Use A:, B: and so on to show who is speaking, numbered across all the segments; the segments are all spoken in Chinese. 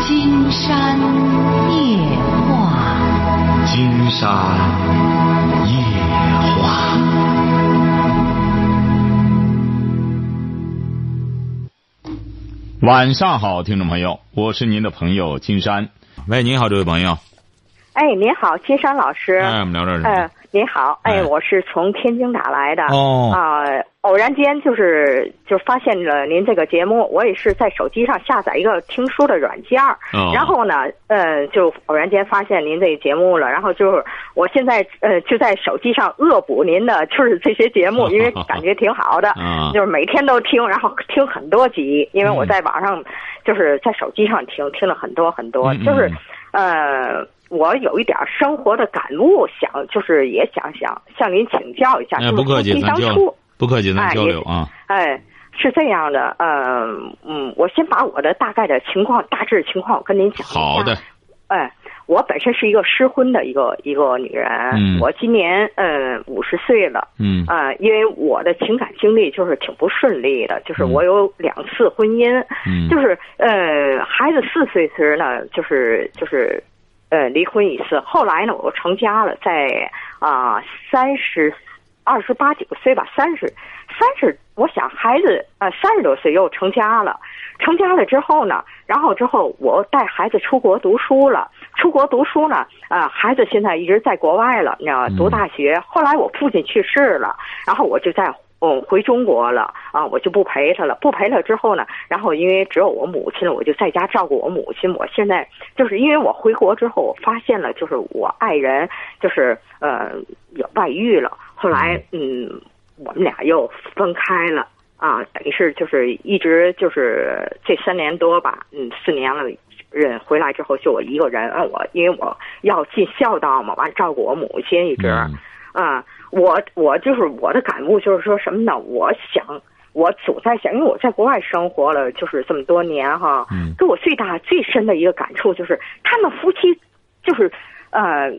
A: 金山夜话，
B: 金山夜话。晚上好，听众朋友，我是您的朋友金山。喂，您好，这位朋友。
C: 哎，您好，金山老师。
B: 哎，我们聊点什么？
C: 呃，您好，
B: 哎
C: 哎，我是从天津打来的。
B: 哦
C: 啊、偶然间就是就发现了您这个节目，我也是在手机上下载一个听书的软件儿。
B: 哦
C: 然后呢，呃，就偶然间发现您这个节目了，然后就是我现在呃就在手机上恶补您的就是这些 节目，因为感觉挺好的。
B: 啊，
C: 就是每天都听，然后听很多集，因为我在网上，就是在手机上听，听了很多很多，
B: 嗯嗯
C: 就是，呃，我有一点生活的感悟，想就是也想想向您请教一下，
B: 哎，
C: 就是
B: 不客气，
C: 夫妻
B: 咱
C: 相
B: 交
C: 处
B: 流，，不客气，咱
C: 哎
B: 交
C: 也
B: 流啊。
C: 哎，是这样的，呃，嗯，我先把我的大概的情况、大致情况我跟您讲一下。
B: 好的，
C: 哎，我本身是一个失婚的一个一个女人，
B: 嗯
C: 我今年嗯五十岁了。
B: 嗯
C: 呃，因为我的情感经历就是挺不顺利的，就是
B: 嗯
C: 我有两次婚姻，
B: 嗯
C: 就是呃，孩子四岁时呢，就是就是呃离婚一次，后来呢我成家了，在啊三十二十八九岁吧，三十三十，我想孩子呃三十多岁又成家了，成家了之后呢，然后之后我带孩子出国读书了。出国读书呢，啊，孩子现在一直在国外了，那
B: 嗯
C: 读大学。后来我父亲去世了，然后我就在嗯回中国了啊，我就不陪他了。不陪他之后呢，然后因为只有我母亲了，我就在家照顾我母亲。我现在就是因为我回国之后，我发现了就是我爱人就是呃有外遇了，后来嗯我们俩又分开了。啊，等于是就是一直就是这三年多吧，嗯，四年了，人回来之后就我一个人，啊，我因为我要尽孝道嘛，完照顾我母亲一直，
B: 嗯
C: 啊，我我就是我的感悟就是说什么呢？我想，我总在想，因为我在国外生活了就是这么多年哈，
B: 嗯
C: 给我最大最深的一个感触就是，他们夫妻就是呃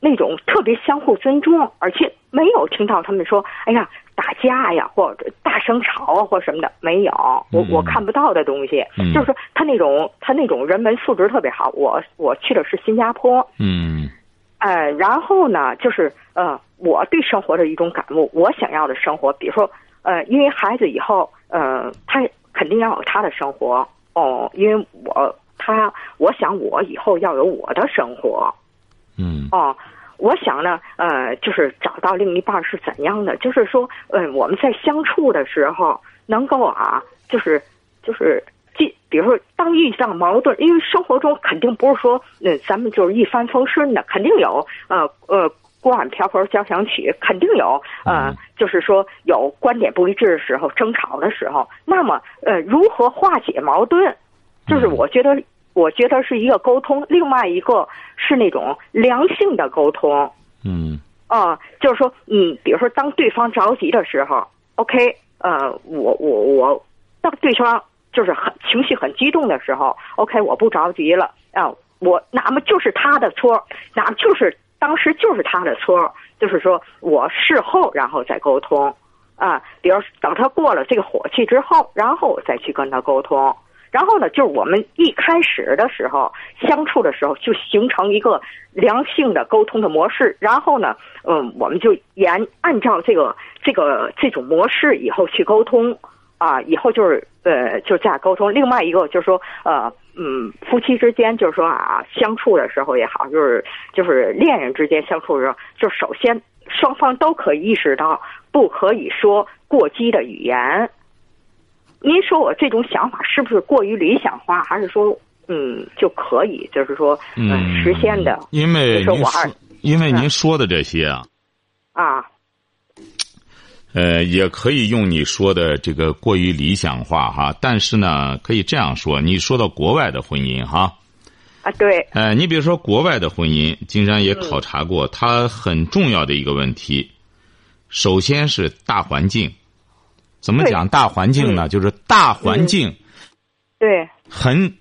C: 那种特别相互尊重，而且没有听到他们说哎呀打架呀或者大声吵啊或什么的，没有，我
B: 嗯
C: 我看不到的东西，
B: 嗯
C: 就是说他那种他那种人文素质特别好。我我去的是新加坡，
B: 嗯
C: 呃，然后呢，就是呃，我对生活的一种感悟，我想要的生活，比如说，呃，因为孩子以后，呃，他肯定要有他的生活哦，因为我他，我想我以后要有我的生活
B: 嗯
C: 哦。我想呢，呃，就是找到另一半是怎样的，就是说，呃，我们在相处的时候能够啊，就是就是即比如说，当遇上矛盾，因为生活中肯定不是说，嗯，咱们就是一帆风顺的，肯定有，呃呃，锅碗瓢盆交响曲，肯定有，呃，
B: 嗯
C: 就是说有观点不一致的时候，争吵的时候，那么，呃，如何化解矛盾，就是
B: 嗯
C: 我觉得，我觉得是一个沟通，另外一个是那种良性的沟通，
B: 嗯
C: 啊，就是说，嗯，比如说当对方着急的时候，OK，呃，我我我，当对方就是很情绪很激动的时候，OK，我不着急了啊，我那么就是他的错，那么就是当时就是他的错，就是说我事后然后再沟通，啊，比如等他过了这个火气之后，然后我再去跟他沟通。然后呢，就是我们一开始的时候相处的时候，就形成一个良性的沟通的模式。然后呢，嗯，我们就沿按照这个这个这种模式以后去沟通啊，以后就是呃就这样沟通。另外一个就是说呃嗯，夫妻之间就是说啊相处的时候也好，就是就是恋人之间相处的时候，就首先双方都可以意识到不可以说过激的语言。您说我这种想法是不是过于理想化，还是说嗯就可以就是说呃
B: 嗯，
C: 实现的
B: 因为
C: 就是
B: 您
C: 我还
B: 说
C: 是，
B: 因为
C: 嗯
B: 您说的这些啊，
C: 啊？
B: 呃，也可以用你说的这个过于理想化哈，但是呢，可以这样说，你说到国外的婚姻哈，
C: 啊，对，
B: 呃，你比如说国外的婚姻，金山也考察过，它很重要的一个问题，首先是大环境，怎么
C: 对
B: 讲大环境呢？就是大环境
C: 对，
B: 很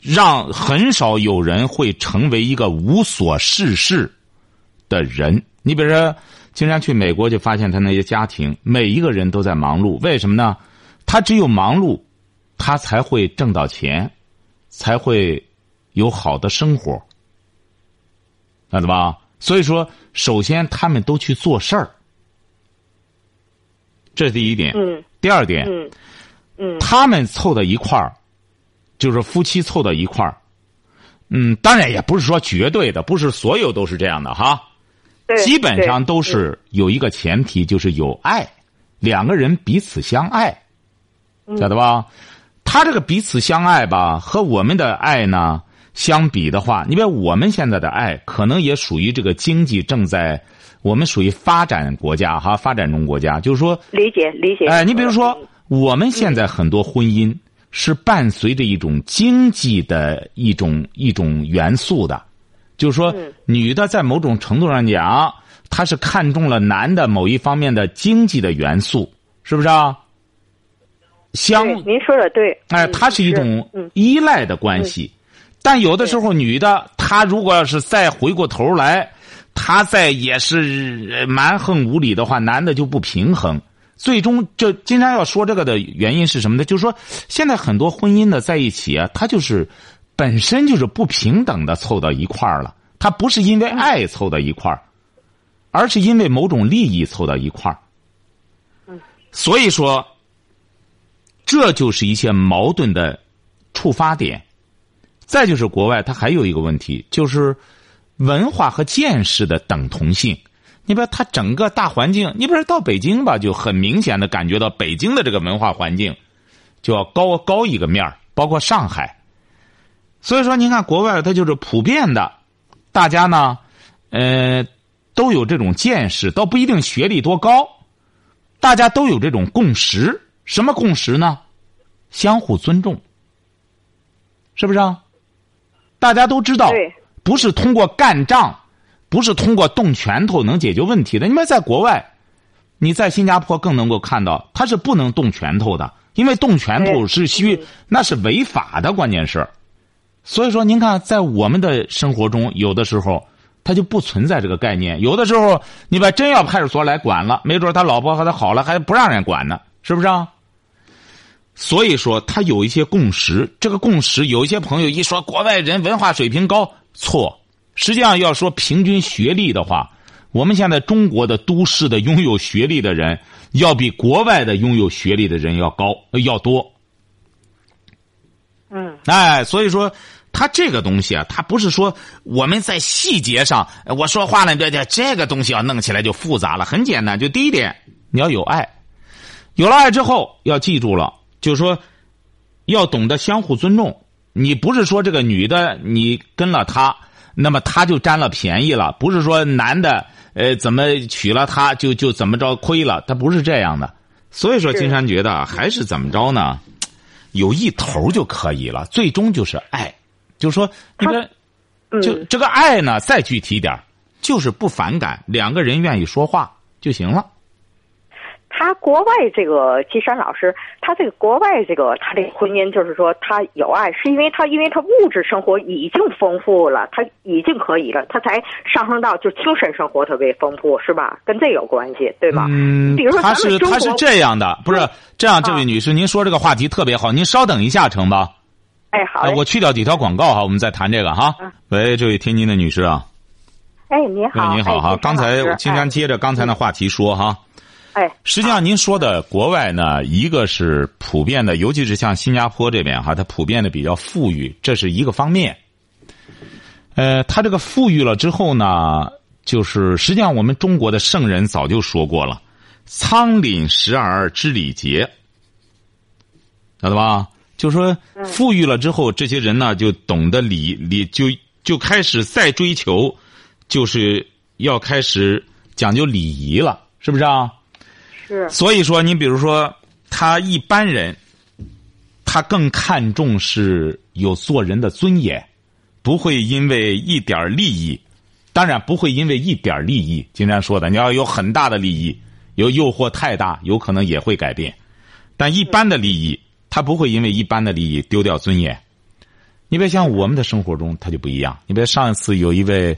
B: 让很少有人会成为一个无所事事的人。你比如说，经常去美国就发现他那些家庭，每一个人都在忙碌，为什么呢？他只有忙碌，他才会挣到钱，才会有好的生活，晓得吧？所以说，首先他们都去做事儿，这是第一点。
C: 嗯
B: 第二点，
C: 嗯嗯
B: 他们凑到一块儿，就是夫妻凑到一块儿，嗯，当然也不是说绝对的，不是所有都是这样的哈。
C: 对，
B: 基本上
C: 对
B: 都是有一个前提，就是有爱，两个人彼此相爱，
C: 嗯
B: 晓得吧？他这个彼此相爱吧，和我们的爱呢相比的话，因为我们现在的爱可能也属于这个经济正在，我们属于发展国家哈，发展中国家，就是说，
C: 理解理解。
B: 哎，你比如说
C: 嗯，
B: 我们现在很多婚姻是伴随着一种经济的一种一种元素的，就是说
C: 嗯，
B: 女的在某种程度上讲，她是看中了男的某一方面的经济的元素，是不是啊？相
C: 嗯对，您说的对。
B: 哎，
C: 嗯
B: 它是一种
C: 嗯
B: 依赖的关系，但有的时候女的她如果要是再回过头来，她再也是呃蛮横无理的话，男的就不平衡。最终，这经常要说这个的原因是什么呢？就是说，现在很多婚姻的在一起啊，它就是本身就是不平等的凑到一块儿了，它不是因为
C: 嗯
B: 爱凑到一块儿，而是因为某种利益凑到一块儿。
C: 嗯
B: 所以说，这就是一些矛盾的触发点。再就是国外，它还有一个问题，就是文化和见识的等同性。你比如它整个大环境，你比如到北京吧，就很明显的感觉到北京的这个文化环境就要高高一个面儿包括上海。所以说，您看国外它就是普遍的，大家呢，呃，都有这种见识，倒不一定学历多高，大家都有这种共识。什么共识呢？相互尊重，是不是啊？大家都知道
C: 对，
B: 不是通过干仗，不是通过动拳头能解决问题的。因为在国外，你在新加坡更能够看到，他是不能动拳头的，因为动拳头
C: 对
B: 是需那是违法的，关键是。所以说，您看，在我们的生活中，有的时候他就不存在这个概念。有的时候，你把真要派出所来管了，没准他老婆和他好了，还不让人管呢，是不是啊？所以说，他有一些共识，这个共识有一些朋友一说国外人文化水平高，错。实际上要说平均学历的话，我们现在中国的都市的拥有学历的人，要比国外的拥有学历的人要高，呃要多。
C: 嗯，
B: 哎，所以说，他这个东西啊，他不是说我们在细节上，呃我说话了，这这这个东西要弄起来就复杂了。很简单，就第一点，你要有爱，有了爱之后，要记住了，就是说，要懂得相互尊重。你不是说这个女的你跟了她，那么她就占了便宜了；不是说男的呃怎么娶了她就就怎么着亏了，他不是这样的。所以说，
C: 是
B: 金山觉得啊还是怎么着呢？有一头就可以了，最终就是爱，就是说，你这
C: 嗯
B: 就这个爱呢，再具体点儿就是不反感，两个人愿意说话就行了。
C: 他国外这个金山老师，他这个国外这个他这个婚姻，就是说他有爱，是因为他因为他物质生活已经丰富了，他已经可以了，他才上升到就精神生活特别丰富，是吧？跟这有关系，对吧？
B: 嗯
C: 比如，说
B: 他
C: 咱们
B: 是
C: 中
B: 他
C: 国，嗯啊
B: 是这样的，不是这样，这位女士，您说这个话题特别好，您稍等一下成吧？
C: 哎，好
B: 哎，
C: 嘞，嗯
B: 我去掉几条广告哈，我们再谈这个哈。喂，这位天津的女士啊，
C: 哎，你好，
B: 喂，您好哈，
C: 哎
B: 刚才我金山，接着刚才那话题说哈。
C: 哎哎，
B: 实际上，您说的国外呢，一个是普遍的，尤其是像新加坡这边哈，它普遍的比较富裕，这是一个方面。呃，它这个富裕了之后呢，就是实际上我们中国的圣人早就说过了，“仓廪实而知礼节”，晓得吧？就说富裕了之后，这些人呢就懂得礼礼，就就开始再追求，就是要开始讲究礼仪了，是不是啊？
C: 是
B: 所以说，你比如说，他一般人，他更看重是有做人的尊严，不会因为一点儿利益，当然不会因为一点儿利益。经常说的，你要有很大的利益，有诱惑太大，有可能也会改变。但一般的利益，他不会因为一般的利益丢掉尊严。你别像我们的生活中，他就不一样。你别上一次有一位，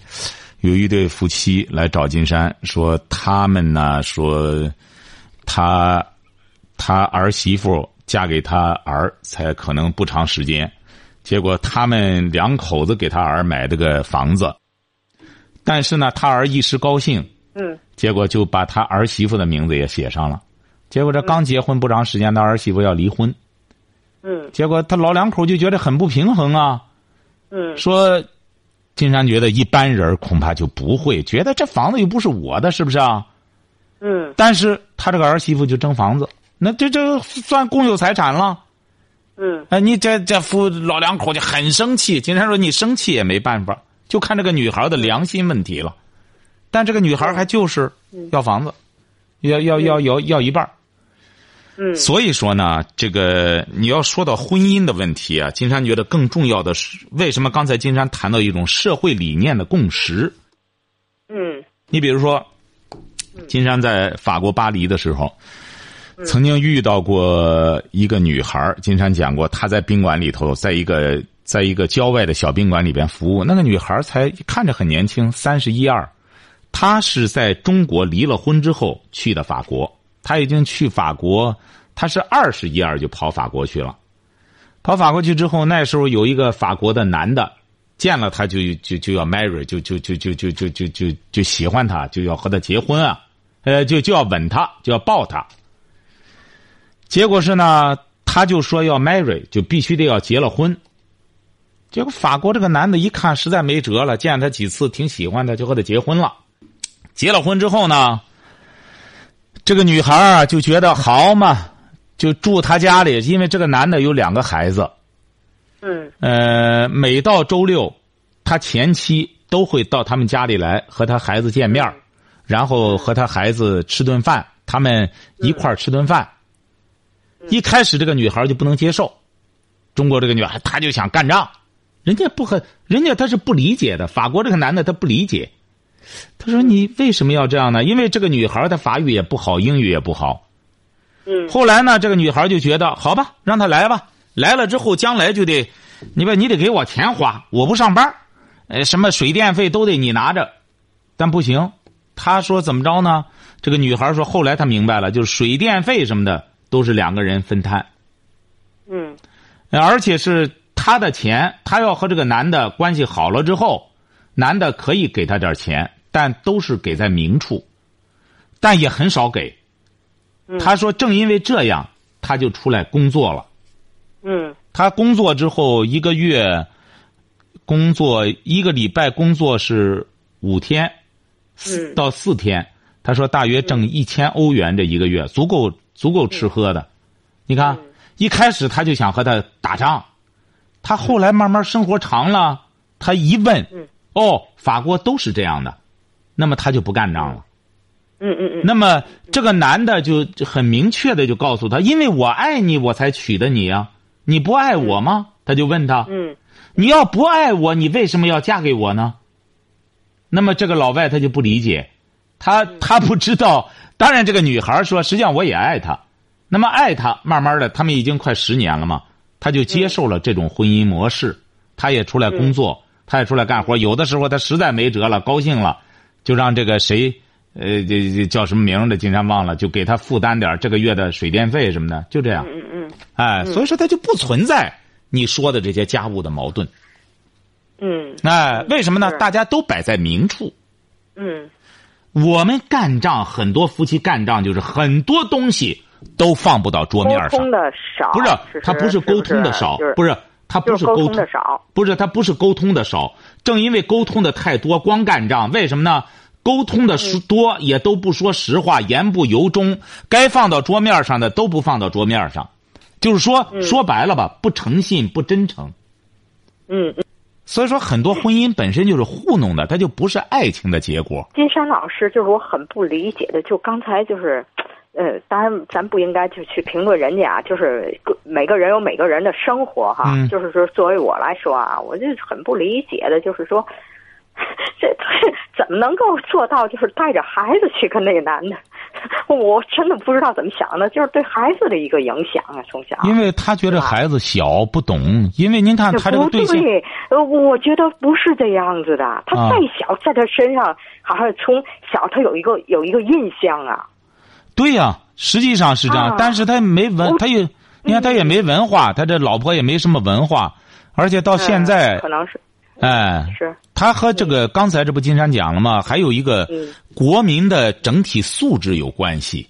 B: 有一对夫妻来找金山，说他们呢，说他他儿媳妇嫁给他儿才可能不长时间，结果他们两口子给他儿买这个房子，但是呢，他儿一时高兴，
C: 嗯，
B: 结果就把他儿媳妇的名字也写上了。结果这刚结婚不长时间，他儿媳妇要离婚，
C: 嗯
B: 结果他老两口就觉得很不平衡啊。
C: 嗯
B: 说，金山觉得一般人恐怕就不会觉得这房子又不是我的，是不是啊？
C: 嗯
B: 但是他这个儿媳妇就争房子，那这这算共有财产了。
C: 嗯
B: 哎，你这这夫老两口就很生气。金山说你生气也没办法，就看这个女孩的良心问题了。但这个女孩还就是要房子，要要要要要一半儿。
C: 嗯
B: 所以说呢，这个你要说到婚姻的问题啊，金山觉得更重要的是，为什么刚才金山谈到一种社会理念的共识？
C: 嗯
B: 你比如说，金山在法国巴黎的时候，曾经遇到过一个女孩儿金山讲过，她在宾馆里头，在一个在一个郊外的小宾馆里边服务。那个女孩儿才看着很年轻，三十一二，她是在中国离了婚之后去的法国，她已经去法国，她是二十一二就跑法国去了。跑法国去之后，那时候有一个法国的男的见了他就就就要 marry，就就就就就就就就就喜欢他，就要和他结婚啊，呃，就就要吻他，就要抱他。结果是呢，他就说要 marry，就必须得要结了婚。结果法国这个男的一看实在没辙了，见他几次挺喜欢他，就和他结婚了。结了婚之后呢，这个女孩儿啊就觉得好嘛，就住他家里，因为这个男的有两个孩子，
C: 嗯
B: 呃，每到周六，他前妻都会到他们家里来和他孩子见面
C: 嗯
B: 儿然后和他孩子吃顿饭，他们一块儿吃顿饭。一开始这个女孩就不能接受，中国这个女孩她就想干仗，人家不很，人家她是不理解的。法国这个男的他不理解，他说你为什么要这样呢？因为这个女孩她法语也不好，英语也不好，
C: 嗯
B: 后来呢，这个女孩就觉得，好吧，让他来吧。来了之后，将来就得，你把你得给我钱花，我不上班，呃，什么水电费都得你拿着。但不行，他说怎么着呢？这个女孩说，后来她明白了，就是水电费什么的都是两个人分摊，
C: 嗯
B: 呃而且是她的钱，她要和这个男的关系好了之后，男的可以给她点钱，但都是给在明处，但也很少给。他说，正因为这样，他就出来工作了。
C: 嗯
B: 他工作之后一个月，工作一个礼拜工作是五天四
C: 嗯
B: 到四天，他说大约挣一千欧元这一个月，足够足够吃喝
C: 嗯
B: 的。你看，一开始他就想和他打仗，他后来慢慢生活长了，他一问
C: 嗯，
B: 哦，法国都是这样的，那么他就不干仗了。
C: 嗯嗯嗯
B: 那么这个男的就就很明确的就告诉他，因为我爱你，我才娶的你啊，你不爱我吗？他就问他，
C: 嗯
B: 你要不爱我，你为什么要嫁给我呢？那么这个老外他就不理解，他他不知道。当然，这个女孩说，实际上我也爱他。那么爱他，慢慢的，他们已经快十年了嘛，他就接受了这种婚姻模式。他也出来工作，他也出来干活。有的时候他实在没辙了，高兴了，就让这个谁，呃，这这叫什么名儿的，经常忘了，就给他负担点儿这个月的水电费什么的，就这样。
C: 嗯嗯
B: 哎，所以说它就不存在你说的这些家务的矛盾。
C: 嗯
B: 哎，为什么呢？
C: 是
B: 大家都摆在明处。
C: 嗯
B: 我们干仗，很多夫妻干仗就是很多东西都放不到桌面
C: 沟
B: 上，
C: 通的少，
B: 不
C: 其实
B: 是他不是沟通的少，
C: 就是
B: 不是他不
C: 就是
B: 沟
C: 沟
B: 通
C: 通的少，
B: 不是，他不是沟通的少，正因为沟通的太多，光干仗。为什么呢？沟通的是多，也都不说实话，言不由衷，该放到桌面上的都不放到桌面上，就是说说白了吧，不诚信，不真诚。
C: 嗯。
B: 所以说，很多婚姻本身就是糊弄的，它就不是爱情的结果。
C: 金山老师，就是我很不理解的，就刚才就是，呃，当然咱不应该就去评论人家啊，就是个每个人有每个人的生活哈，
B: 嗯
C: 就是说作为我来说啊，我就是很不理解的，就是说。 这这怎么能够做到？就是带着孩子去跟那个男的， 我真的不知道怎么想的，就是对孩子的一个影响啊，从小。
B: 因为他觉得孩子小不懂，因为您啊看他这个
C: 不
B: 对象，
C: 对，呃，我觉得不是这样子的。
B: 啊
C: 他再小，在他身上好像从小他有一个有一个印象啊。
B: 对呀、实际上是这样，
C: 啊嗯
B: 但是他没文，
C: 我
B: 他也，你看他也没文化，他这老婆也没什么文化，而且到现在
C: 嗯，可能是
B: 哎，
C: 是
B: 他和这个刚才这不金山讲了吗？还有一个
C: 嗯
B: 国民的整体素质有关系。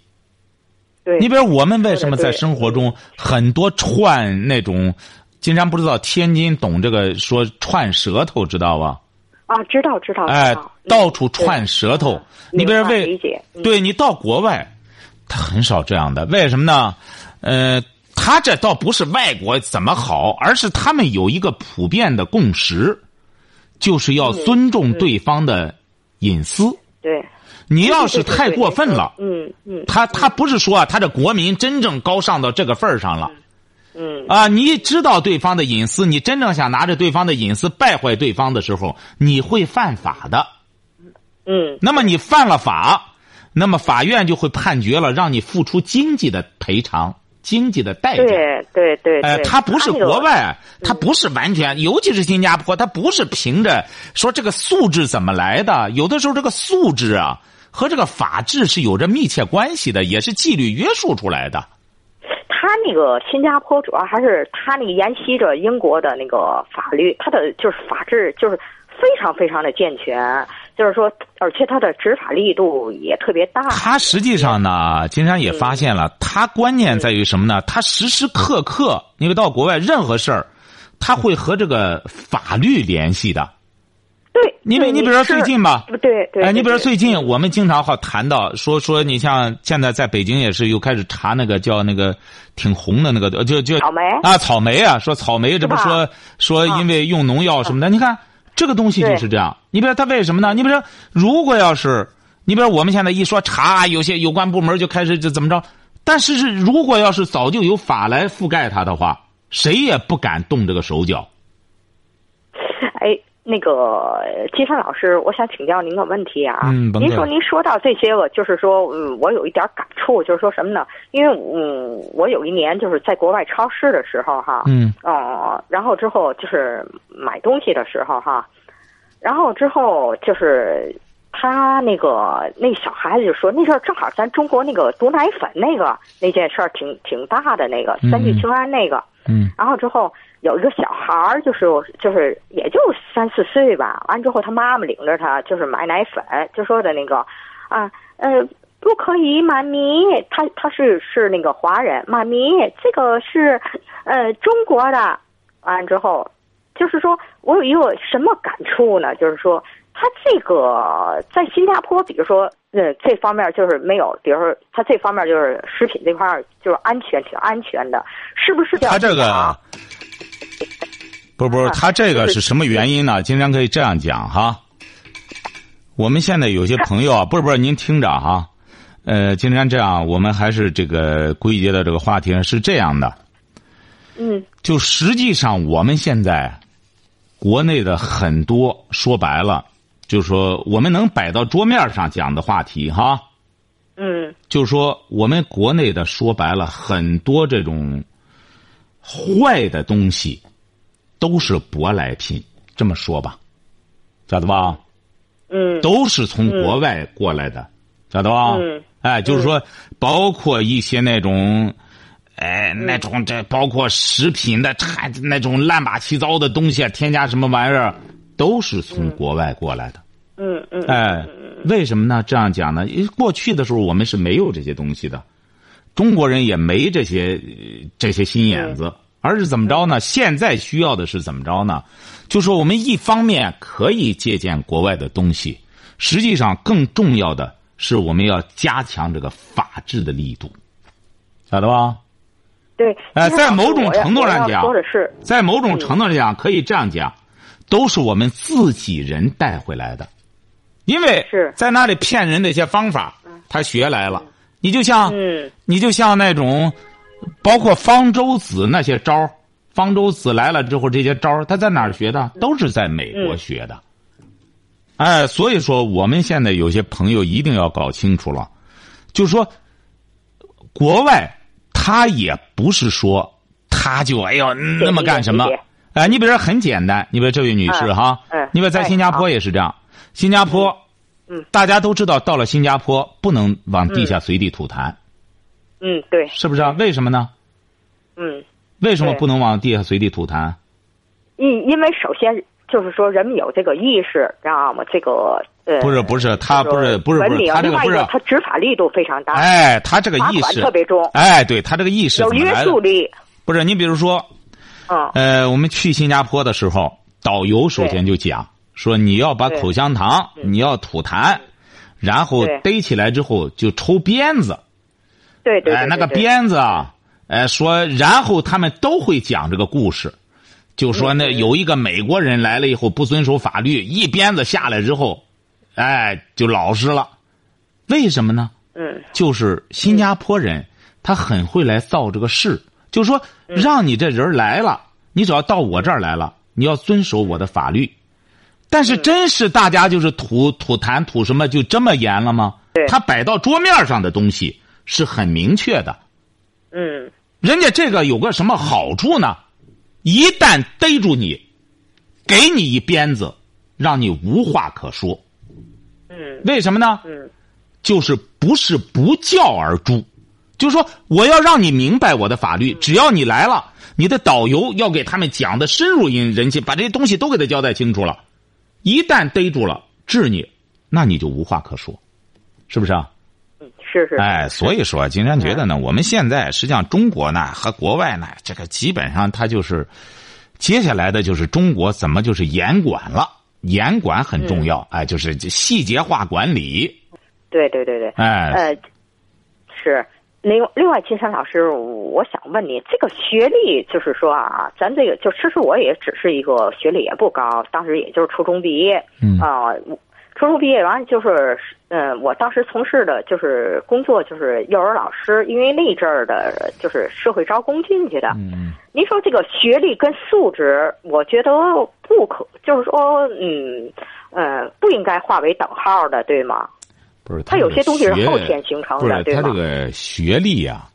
C: 对，
B: 你比如我们为什么
C: 说得
B: 在
C: 对
B: 生活中很多串那种，金山不知道天津懂这个说串舌头知道吧？
C: 啊，知道知道，
B: 哎
C: 知道，嗯
B: 到处串
C: 对
B: 舌头。
C: 嗯
B: 你比如
C: 明白
B: 为
C: 理解嗯
B: 对你到国外，他很少这样的。为什么呢？呃，他这倒不是外国怎么好，而是他们有一个普遍的共识，就是要
C: 嗯
B: 尊重对方的隐私。
C: 对，
B: 你要是
C: 对对对
B: 太
C: 对
B: 过分了，
C: 嗯嗯
B: 他他不是说啊，他这国民真正高尚到这个份儿上了
C: 嗯，
B: 啊！你知道对方的隐私，你真正想拿着对方的隐私败坏对方的时候，你会犯法的。
C: 嗯
B: 那么你犯了法，那么法院就会判决了，让你付出经济的赔偿、经济的代价。
C: 对对对，
B: 哎，
C: 对嗯
B: 他不是
C: 那个
B: 国外，他不是完全，尤其是新加坡，他不是凭着说这个素质怎么来的，有的时候这个素质啊和这个法治是有着密切关系的，也是纪律约束出来的。
C: 他那个新加坡主要还是他那个沿袭着英国的那个法律，他的就是法制就是非常非常的健全，就是说，而且他的执法力度也特别大。
B: 他实际上呢，金山也
C: 嗯
B: 发现了，他关键在于什么呢？他时时刻刻，因为到国外任何事儿，他会和这个法律联系的。
C: 对，
B: 你比
C: 对
B: 你比如说最
C: 是
B: 近吧，
C: 不对对，
B: 哎，你比如说
C: 对
B: 最近我们经常好谈到说说，你像现在在北京也是又开始查那个叫那个挺红的那个，就就
C: 草莓
B: 啊草莓啊，说草莓这不
C: 是吧啊嗯
B: 说说因为用农药什么的，你看这个东西就是这样。你比如他为什么呢？你比如说如果要是你比如我们现在一说查，有些有关部门就开始就怎么着，但是是如果要是早就有法来覆盖它的话，谁也不敢动这个手脚。
C: 哎，那个金山老师，我想请教您个问题啊。
B: 嗯甭
C: 您
B: 客
C: 说
B: 气
C: 您说到这些个，就是说，嗯，我有一点感触，就是说什么呢？因为嗯，我有一年就是在国外超市的时候哈，
B: 嗯
C: 哦、然后之后就是买东西的时候哈，然后之后就是他那个那小孩子就说那阵儿正好咱中国那个毒奶粉那个那件事儿挺挺大的那个三聚
B: 嗯
C: 氰胺那个，
B: 嗯
C: 然后之后有一个小孩儿，就是就是也就三四岁吧，完之后他妈妈领着他就是买奶粉，就说的那个啊呃不可以，妈咪，他他是是那个华人，妈咪这个是呃中国的，完之后就是说我有一个什么感触呢？就是说他这个在新加坡，比如说。呃，这方面就是没有，比如说他这方面就是食品这块儿就是安全，挺安全的，是不是？
B: 他这个，不是不是，
C: 啊
B: 他这个
C: 就是
B: 是什么原因呢？金山可以这样讲哈。我们现在有些朋友啊，不是不是，您听着哈，呃，金山这样，我们还是这个归结到这个话题上是这样的，
C: 嗯，
B: 就实际上我们现在国内的很多说白了，就是说我们能摆到桌面上讲的话题哈，
C: 嗯
B: 就是说，我们国内的说白了，很多这种坏的东西都是舶来品，这么说吧，晓得吧？
C: 嗯，
B: 都是从国外过来的，晓得吧？
C: 嗯
B: 哎，就是说，包括一些那种，哎，
C: 嗯
B: 那种这包括食品的产那种乱八七糟的东西啊，添加什么玩意儿，都是从国外过来的。
C: 嗯嗯，
B: 哎，为什么呢？这样讲呢？因为过去的时候我们是没有这些东西的，中国人也没这些呃这些心眼子，而是怎么着呢？现在需要的是怎么着呢？就说我们一方面可以借鉴国外的东西，实际上更重要的是我们要加强这个法治的力度，晓得吧？
C: 对。
B: 哎
C: 其实
B: 在
C: 老师
B: 某种程度上
C: 我要
B: 讲
C: 我要说的是，
B: 在某种程度上
C: 嗯
B: 讲，可以这样讲，都是我们自己人带回来的，因为
C: 是
B: 在那里骗人的一些方法，他学来了。你就像，
C: 嗯
B: 你就像那种，包括方舟子那些招儿方舟子来了之后，这些招儿他在哪儿学的？都是在美
C: 嗯
B: 国学的。哎，所以说我们现在有些朋友一定要搞清楚了，就是说，国外他也不是说他就哎呦那么干什么
C: 理解理解。
B: 哎，你比如说很简单，你比如这位女士
C: 嗯
B: 哈
C: 嗯，
B: 你比如在
C: 哎
B: 新加坡也是这样，新加坡，
C: 嗯，
B: 大家都知道到了新加坡不能往地下随地吐痰，
C: 嗯，对，
B: 是不是啊？为什么呢？
C: 嗯，
B: 为什么
C: 对
B: 不能往地下随地吐痰？
C: 因因为首先就是说人们有这个意识，知道吗？这个呃，
B: 不是不是，他
C: 就是
B: 不是不是
C: 文
B: 不是，
C: 明
B: 他这
C: 另外
B: 不
C: 一
B: 是，
C: 他执法力度非常大，
B: 哎，他这个
C: 罚
B: 意
C: 款
B: 识
C: 特别重，
B: 哎，对他这个意识
C: 有
B: 怎么
C: 约
B: 来的
C: 束？力。
B: 不是，你比如说，
C: 嗯，
B: 呃，我们去新加坡的时候，导游首先就讲说，你要把
C: 对
B: 口香糖，你要吐痰，然后
C: 对
B: 逮起来之后就抽鞭子，
C: 对对对
B: 哎，那个
C: 对对
B: 鞭子啊，哎，说，然后他们都会讲这个故事，就说
C: 嗯
B: 那有一个美国人来了以后不遵守法律，一鞭子下来之后，哎，就老实了，为什么呢？
C: 嗯，
B: 就是新加坡人，他很会来造这个势，就是说让你这人来了，你只要到我这儿来了，你要遵守我的法律。但是真是大家就是吐吐痰吐什么就这么严了吗？
C: 对
B: 他摆到桌面上的东西是很明确的，
C: 嗯，
B: 人家这个有个什么好处呢？一旦逮住你，给你一鞭子，让你无话可说。
C: 嗯，
B: 为什么呢？
C: 嗯，
B: 就是不是不教而诛，就是说我要让你明白我的法
C: 嗯
B: 律，只要你来了，你的导游要给他们讲的深入人人心，把这些东西都给他交代清楚了。一旦逮住了，治你，那你就无话可说，是不是啊？
C: 是是，
B: 哎，所以说，金山觉得呢，我们现在实际上中国呢和国外呢，这个基本上它就是，接下来的就是中国怎么就是严管了，严管很重要，哎，就是这细节化管理，
C: 对对对对，
B: 哎，
C: 呃，是。另另外，金山老师，我想问你，这个学历就是说啊，咱这个就其实我也只是一个学历也不高，当时也就是初中毕业，
B: 嗯
C: 啊、我初中毕业完了就是，嗯、我当时从事的就是工作就是幼儿老师，因为那阵儿的就是社会招工进去的，
B: 嗯，
C: 您说这个学历跟素质，我觉得不可，就是说，嗯，呃，不应该划为等号的，对吗？
B: 不是，
C: 它有些东西是后天形成
B: 不
C: 的，
B: 是
C: 对
B: 他
C: 吗
B: 这？个学历啊，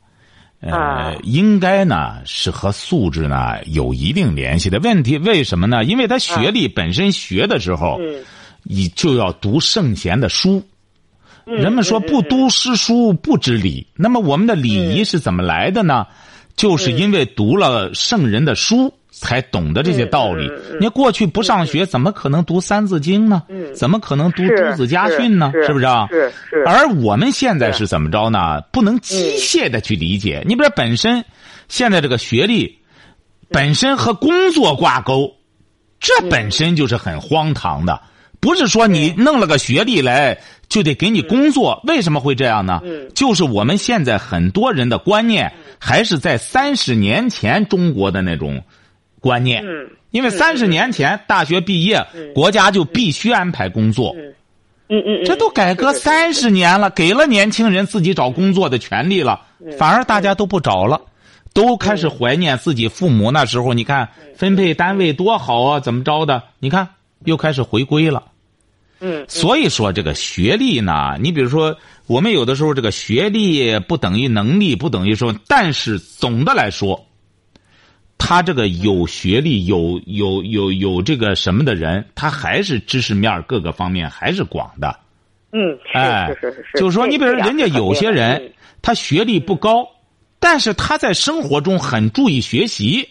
B: 呃
C: 啊，
B: 应该呢是和素质呢有一定联系的。问题为什么呢？因为他学历本身学的时候，
C: 啊嗯
B: 你就要读圣贤的书。人们说
C: 嗯嗯嗯
B: 不读诗书不知礼，那么我们的礼仪是怎么来的呢？就是因为读了圣人的书，才懂得这些道理
C: 嗯嗯嗯。
B: 你过去不上学，怎么可能读《三字经》呢？
C: 嗯
B: 怎么可能读
C: 是
B: 《朱子家训》呢？
C: 是
B: 是不是啊？
C: 是是，嗯
B: 而我们现在是怎么着呢？不能机械的去理解。你比如说本身现在这个学
C: 嗯
B: 历本身和工作挂钩，这
C: 嗯
B: 本身就是很荒唐的。不是说你弄了个学历来就得给你工作，为什么会这样呢？
C: 嗯
B: 就是我们现在很多人的观念还是在三十年前中国的那种观念。
C: 嗯
B: 因为三十年前大学毕业，国家就必须安排工作。
C: 嗯嗯，嗯
B: 这都改革
C: 是是
B: 三十年了，给了年轻人自己找工作的权利了，
C: 嗯
B: 反而大家都不找了，都开始怀念自己父母那时候。你看
C: 嗯
B: 分配单位多好啊，怎么着的？你看又开始回归了。
C: 嗯
B: 所以说这个学历呢，你比如说我们有的时候这个学历不等于能力，不等于说，但是总的来说，他这个有学历、有有有有这个什么的人，他还是知识面儿各个方面还是广的。
C: 嗯，
B: 哎
C: 是是是是，
B: 就是说，
C: 这
B: 你比如
C: 这
B: 说，
C: 样
B: 人家
C: 是肯
B: 有些
C: 定的嗯
B: 人他学历不高，但是他在生活中很注意学习，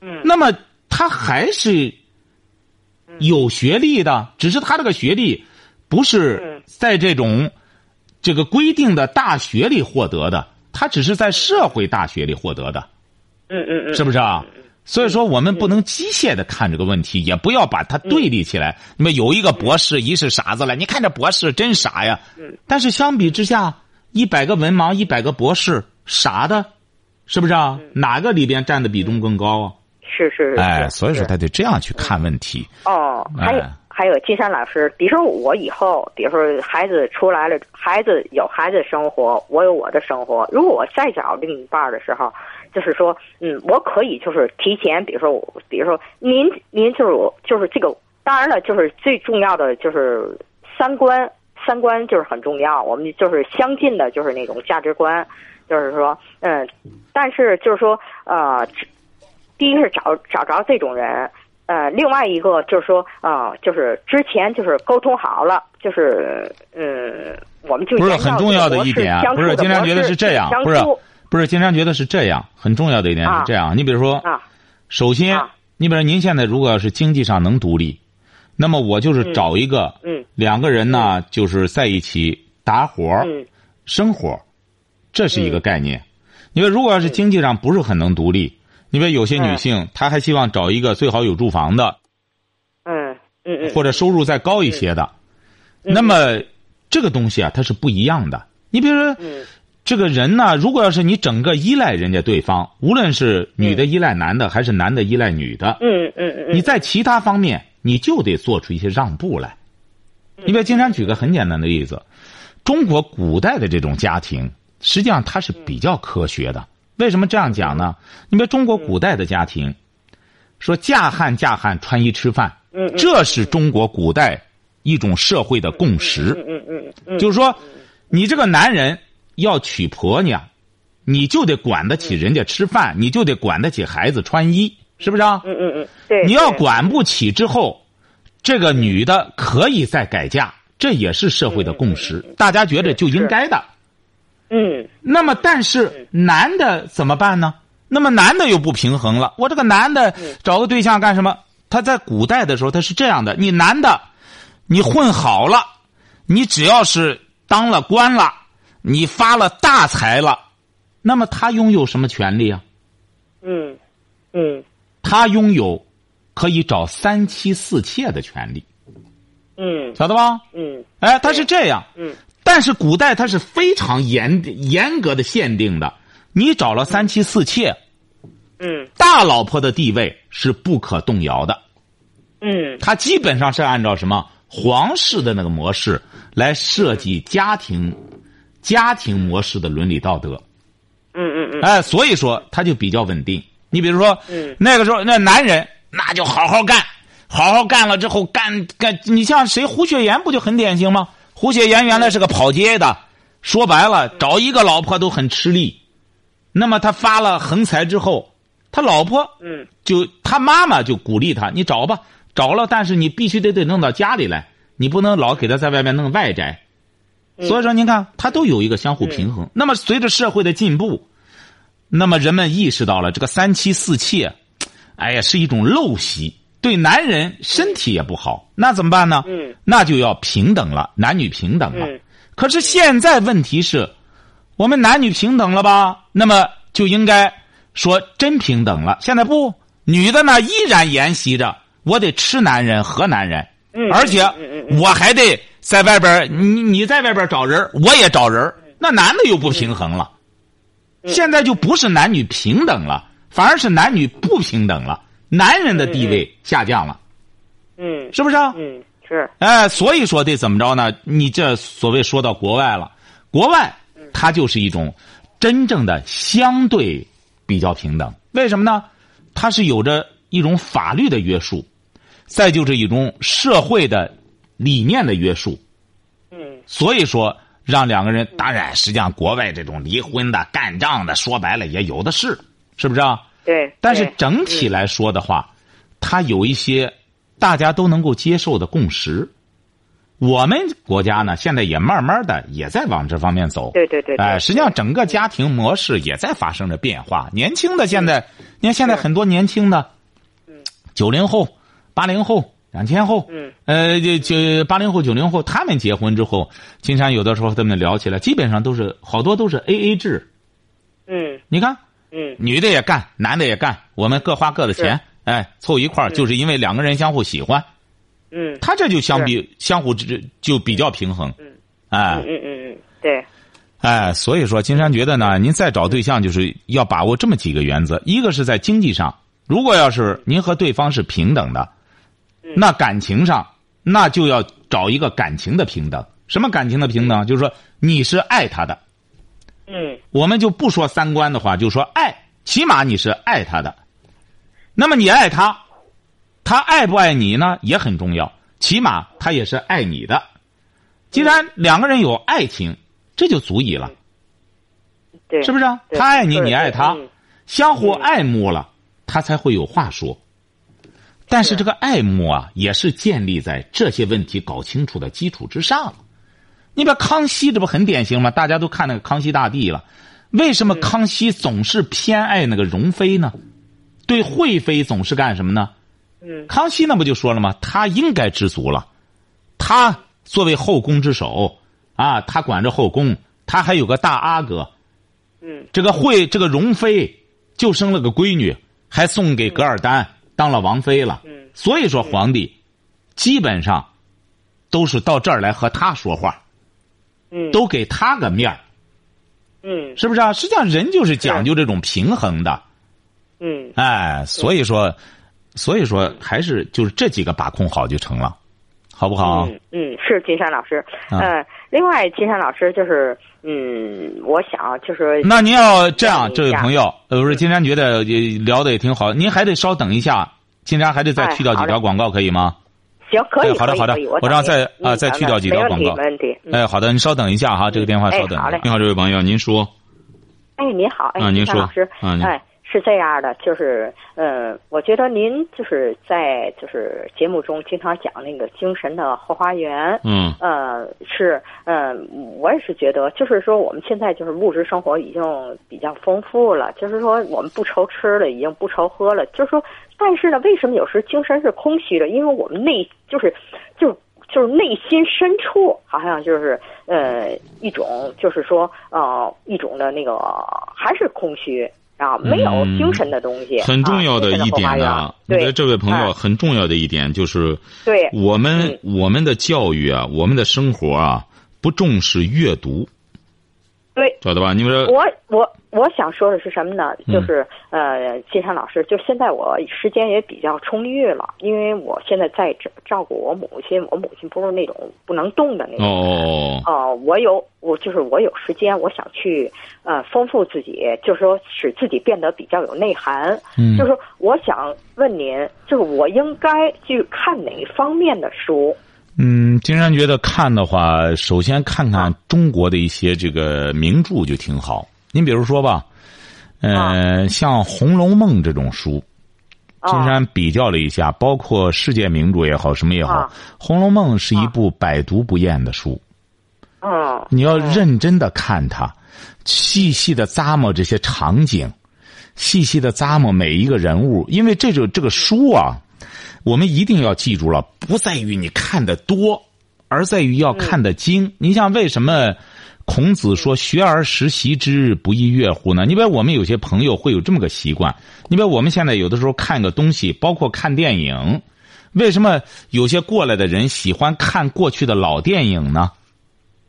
C: 嗯
B: 那么他还是有学历的，只是他这个学历不是
C: 嗯
B: 在这种这个规定的大学里获得的，他只是在社会大学里获得的。
C: 嗯嗯嗯嗯，
B: 是不是啊？所以说，我们不能机械的看这个问题，也不要把它对立起来。那么有一个博士，一是傻子了，你看这博士真傻呀。但是相比之下，一百个文盲，一百个博士，傻的，是不是啊？哪个里边占的比重更高啊？
C: 是嗯是是，
B: 哎，
C: 是
B: 所以说
C: 是
B: 他得这样去看问题。
C: 哦，还有
B: 哎
C: 还有金山老师，比如说我以后，比如说孩子出来了，孩子有孩子的生活，我有我的生活。如果我再找另一半儿的时候，就是说，嗯，我可以就是提前，比如说我，比如说您您就是我就是这个，当然了，就是最重要的就是三观，三观就是很重要，我们就是相近的，就是那种价值观，就是说，嗯，但是就是说，呃，第一是找找着这种人，呃，另外一个就是说，啊、就是之前就是沟通好了，就是嗯，我们就
B: 不是
C: 研究
B: 很重要的一点啊
C: 这个模
B: 不是
C: 式相处的
B: 经常
C: 模
B: 觉得
C: 式
B: 是这样
C: 相
B: 不是
C: 处
B: 不是，经常觉得是这样，很重要的一点是
C: 啊
B: 这样。你比如说，
C: 啊
B: 首先
C: 啊
B: 你比如说您现在如果是经济上能独立，那么我就是找一个，
C: 嗯嗯
B: 两个人呢就是在一起打伙儿
C: 嗯
B: 生活，这是一个概念。你说如果要是经济上不是很能独立，你说有些女
C: 嗯
B: 性她还希望找一个最好有住房的，
C: 嗯嗯嗯，
B: 或者收入再高一些的，那么这个东西啊它是不一样的。你比如说，
C: 嗯
B: 这个人呢，如果要是你整个依赖人家对方，无论是女的依赖男的，还是男的依赖女的，
C: 嗯嗯嗯，
B: 你在其他方面你就得做出一些让步来。你别经常举个很简单的例子，中国古代的这种家庭，实际上它是比较科学的。为什么这样讲呢？你别中国古代的家庭，说嫁汉嫁汉穿衣吃饭，
C: 嗯
B: 这是中国古代一种社会的共识。
C: 嗯嗯嗯
B: 就是说，你这个男人要娶婆娘，你就得管得起人家吃饭，你就得管得起孩子穿衣，是不是啊？
C: 嗯嗯嗯，对，
B: 你要
C: 对，
B: 管不起之后，这个女的可以再改嫁，这也是社会的共识，大家觉得就应该的。
C: 嗯
B: 那么，但是男的怎么办呢？那么男的又不平衡了。我这个男的
C: 嗯
B: 找个对象干什么？他在古代的时候他是这样的：你男的，你混好了，你只要是当了官了，你发了大财了，那么他拥有什么权利啊？
C: 嗯嗯
B: 他拥有可以找三妻四妾的权利，
C: 嗯
B: 晓得吧？
C: 嗯
B: 哎，他是这样。
C: 嗯。
B: 但是古代它是非常严严格的限定的，你找了三妻四妾。
C: 嗯
B: 大老婆的地位是不可动摇的，
C: 嗯
B: 她基本上是按照什么皇室的那个模式来设计家庭、家庭模式的伦理道德。
C: 嗯嗯
B: 哎，所以说他就比较稳定。你比如说，
C: 嗯
B: 那个时候那男人那就好好干，好好干了之后干干，你像谁胡雪岩不就很典型吗？胡雪岩原来是个跑街的，说白了找一个老婆都很吃力。那么他发了横财之后，他老婆
C: 嗯
B: 就他妈妈就鼓励他，你找吧，找了，但是你必须得得弄到家里来，你不能老给他在外面弄外宅。所以说，您看，他都有一个相互平衡。那么，随着社会的进步，那么人们意识到了这个三妻四妾，哎呀，是一种陋习，对男人身体也不好。那怎么办呢？
C: 嗯
B: 那就要平等了，男女平等了
C: 嗯。
B: 可是现在问题是，我们男女平等了吧？那么就应该说真平等了。现在不，女的呢依然沿袭着我得吃男人和男人，
C: 嗯
B: 而且
C: 嗯嗯
B: 我还得在外边儿，你你在外边儿找人儿，我也找人儿，
C: 嗯
B: 那男的又不平衡了。现在就不是男女平等了，反而是男女不平等了，男人的地位下降了，
C: 嗯
B: 是不是啊？
C: 嗯，是，
B: 哎，所以说得怎么着呢？你这所谓说到国外了，国外它就是一种真正的相对比较平等。为什么呢？它是有着一种法律的约束，再就是一种社会的理念的约束。
C: 嗯
B: 所以说，让两个人，当然，实际上国外这种离婚的、干仗的，说白了也有的是，是不是啊？
C: 对，
B: 但是整体来说的话，它有一些大家都能够接受的共识。我们国家呢，现在也慢慢的也在往这方面走。
C: 对对对对嗯
B: 哎、实际上整个家庭模式也在发生着变化。年轻的现在，你看现在很多年轻的，九零后、八零后、两千后，
C: 嗯，
B: 呃，就就八零后、九零后，他们结婚之后，经常有的时候和他们聊起来，基本上都是好多都是 A A 制。
C: 嗯
B: 你看，
C: 嗯
B: 女的也干，男的也干，我们各花各的钱，哎，凑一块儿，就是因为两个人相互喜欢，
C: 嗯
B: 他这就相比相互之就比较平衡，
C: 嗯
B: 哎
C: 嗯嗯，对，
B: 哎，所以说金山觉得呢，您再找对象就是要把握这么几个原则，一个是在经济上，如果要是您和对方是平等的，那感情上那就要找一个感情的平等，什么感情的平等？就是说你是爱他的，
C: 嗯
B: 我们就不说三观的话，就说爱，起码你是爱他的。那么你爱他，他爱不爱你呢也很重要，起码他也是爱你的。既然两个人有爱情，这就足以了，
C: 对，
B: 是不是啊？
C: 对
B: 他爱你，
C: 对
B: 你爱
C: 对
B: 他
C: 嗯，
B: 相互爱慕了，他才会有话说。但是这个爱慕啊，也是建立在这些问题搞清楚的基础之上。你把康熙这不很典型吗？大家都看那
C: 嗯
B: 个康熙大帝了，为什么康熙总是偏爱那个容妃呢？对惠妃总是干什么呢？
C: 嗯
B: 康熙那不就说了吗？他应该知足了，他作为后宫之首啊，他管着后宫，他还有个大阿哥。
C: 嗯
B: 这个惠，这个容妃就生了个闺女，还送给噶尔丹当了王妃了。
C: 嗯
B: 所以说，皇帝基本上都是到这儿来和他说话，
C: 嗯
B: 都给他个面儿，
C: 嗯
B: 是不是啊？实际上，人就是讲究这种平衡的。
C: 嗯
B: 哎，所以说，所以说还是就是这几个把控好就成了，好不好？
C: 嗯嗯，是金山老师。
B: 啊
C: 呃，另外金山老师就是嗯，我想就是
B: 那您要这样，
C: 建议一下
B: 这位朋友，呃，不是金山觉得也聊的也挺好，您还得稍等一下，金山还得再
C: 哎
B: 去掉几
C: 好嘞
B: 条广告，可以吗？
C: 行，可以，
B: 哎好的
C: 可以
B: 好的
C: 可以
B: 我
C: 我
B: 让
C: 等
B: 再
C: 您
B: 啊
C: 嗯
B: 再
C: 咱
B: 去
C: 们
B: 掉几条
C: 没问
B: 广
C: 题
B: 告
C: 没问题。嗯
B: 哎，好的，你稍等一下哈，这个电话稍等
C: 哎好嘞。
B: 你好，这位朋友，您说
C: 哎，您好，哎，
B: 啊您
C: 金山
B: 说
C: 老师，
B: 啊您
C: 哎，是这样的，就是，呃，我觉得您就是在就是节目中经常讲那个精神的后花园，
B: 嗯
C: 呃，是，嗯、我也是觉得，就是说我们现在就是物质生活已经比较丰富了，就是说我们不愁吃了，已经不愁喝了，就是说，但是呢，为什么有时精神是空虚的？因为我们内就是就就是内心深处好像就是呃一种就是说呃一种的那个还是空虚。啊，没有
B: 嗯
C: 精神的东西，啊
B: 很重要
C: 的
B: 的一点呢，我觉
C: 对
B: 得这位朋友
C: 哎
B: 很重要的一点就是，
C: 对，嗯
B: 我们我们的教育啊，我们的生活啊，不重视阅读，
C: 对，
B: 知道吧？你们 说
C: 我我我想说的是什么呢？
B: 嗯
C: 就是呃，金山老师，就现在我时间也比较充裕了，因为我现在在照照顾我母亲，我母亲不是那种不能动的那
B: 哦哦
C: 种。
B: 哦，
C: 哦，我有我就是我有时间，我想去呃丰富自己，就是说使自己变得比较有内涵。
B: 嗯
C: 就是我想问您，就是我应该去看哪方面的书？
B: 嗯，金山觉得看的话，首先看看
C: 啊
B: 中国的一些这个名著就挺好。您比如说吧，呃，像《红楼梦》这种书，
C: 啊、
B: 金山比较了一下，包括世界名著也好，什么也好，
C: 啊
B: 《红楼梦》是一
C: 啊
B: 部百读不厌的书，
C: 嗯，
B: 你要认真的看它，细细的咂摸这些场景，细细的咂摸每一个人物，因为这就这个书啊，我们一定要记住了，不在于你看的多，而在于要看得精。你像为什么孔子说“学而时习之，不亦说乎”呢？因为我们有些朋友会有这么个习惯，因为我们现在有的时候看个东西，包括看电影，为什么有些过来的人喜欢看过去的老电影呢？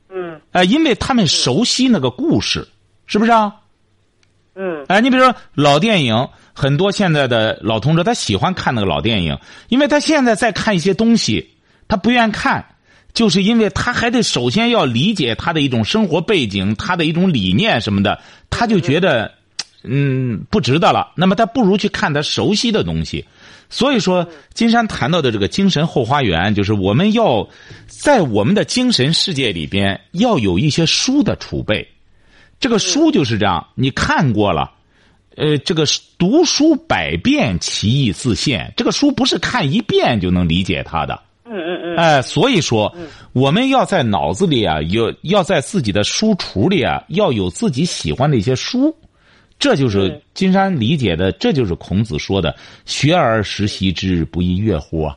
C: 嗯
B: 哎，因为他们熟悉那个故事，是不是啊？
C: 嗯
B: 哎，你比如说老电影，很多现在的老同志他喜欢看那个老电影，因为他现在在看一些东西，他不愿看，就是因为他还得首先要理解他的一种生活背景，他的一种理念什么的，他就觉得，嗯，不值得了。那么他不如去看他熟悉的东西。所以说，金山谈到的这个精神后花园，就是我们要在我们的精神世界里边要有一些书的储备。这个书就是这样，你看过了，呃，这个是读书百遍，其义自现。这个书不是看一遍就能理解它的，
C: 嗯嗯嗯，
B: 哎、所以说我们要在脑子里啊，有要在自己的书橱里啊，要有自己喜欢的一些书。这就是
C: 嗯
B: 金山理解的，这就是孔子说的“学而时习之，不亦说乎”啊。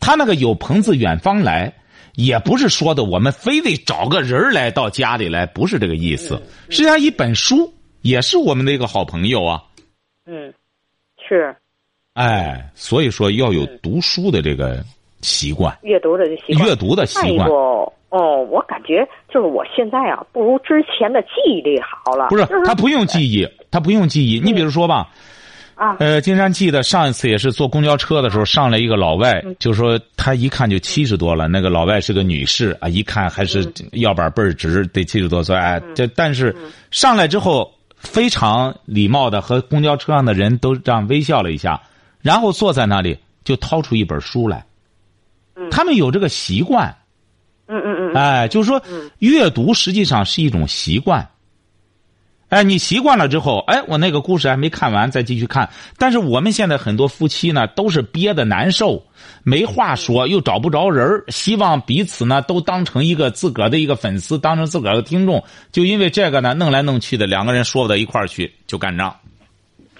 B: 他那个有朋自远方来，也不是说的我们非得找个人儿来到家里来，不是这个意思。实际上，一本书也是我们的一个好朋友啊。
C: 嗯，是
B: 哎，所以说要有读书的这个习惯，
C: 阅读的习惯。
B: 阅读的习
C: 下一
B: 惯
C: 个。哦，我感觉就是我现在啊，不如之前的记忆力好了。
B: 不是
C: 就，嗯
B: 他不用记忆，他不用记忆。你比如说吧，
C: 啊，
B: 呃，金山记得上一次也是坐公交车的时候，上来一个老外，
C: 嗯
B: 就说他一看就七十多了，那个老外是个女士啊，一看还是
C: 嗯
B: 腰板倍儿直，得七十多岁。哎这但是上来之后非常礼貌的和公交车上的人都这样微笑了一下，然后坐在那里就掏出一本书来。他们有这个习惯，
C: 嗯嗯嗯，
B: 哎，就是说，阅读实际上是一种习惯。哎，你习惯了之后，哎，我那个故事还没看完，再继续看。但是我们现在很多夫妻呢，都是憋得难受，没话说，又找不着人儿希望彼此呢都当成一个自个儿的一个粉丝，当成自个儿的听众。就因为这个呢，弄来弄去的，两个人说不到一块儿去，就干仗。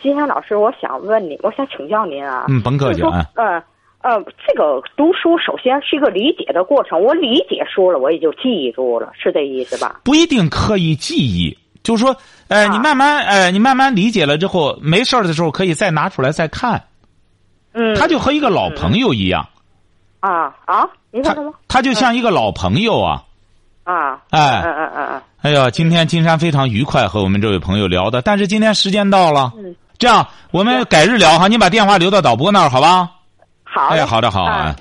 C: 金山老师，我想问您，我想请教您啊，
B: 嗯，甭客气
C: 就是
B: 啊
C: 说。呃呃，这个读书首先是一个理解的过程，我理解书了，我也就记住了，是这意思吧？
B: 不一定刻意记忆，就是说，呃，
C: 啊
B: 你慢慢，呃，你慢慢理解了之后，没事儿的时候可以再拿出来再看。
C: 嗯，
B: 他就和一个老朋友一样，
C: 啊啊，您说
B: 他
C: 什么？
B: 他就像一个老朋友啊。
C: 啊，嗯
B: 哎，
C: 嗯嗯嗯
B: 哎呀，今天金山非常愉快和我们这位朋友聊的，但是今天时间到了，
C: 嗯，
B: 这样我们改日聊哈，你把电话留到导播那儿好吧？
C: 好嘞，
B: 哎，好的好
C: 啊
B: 啊。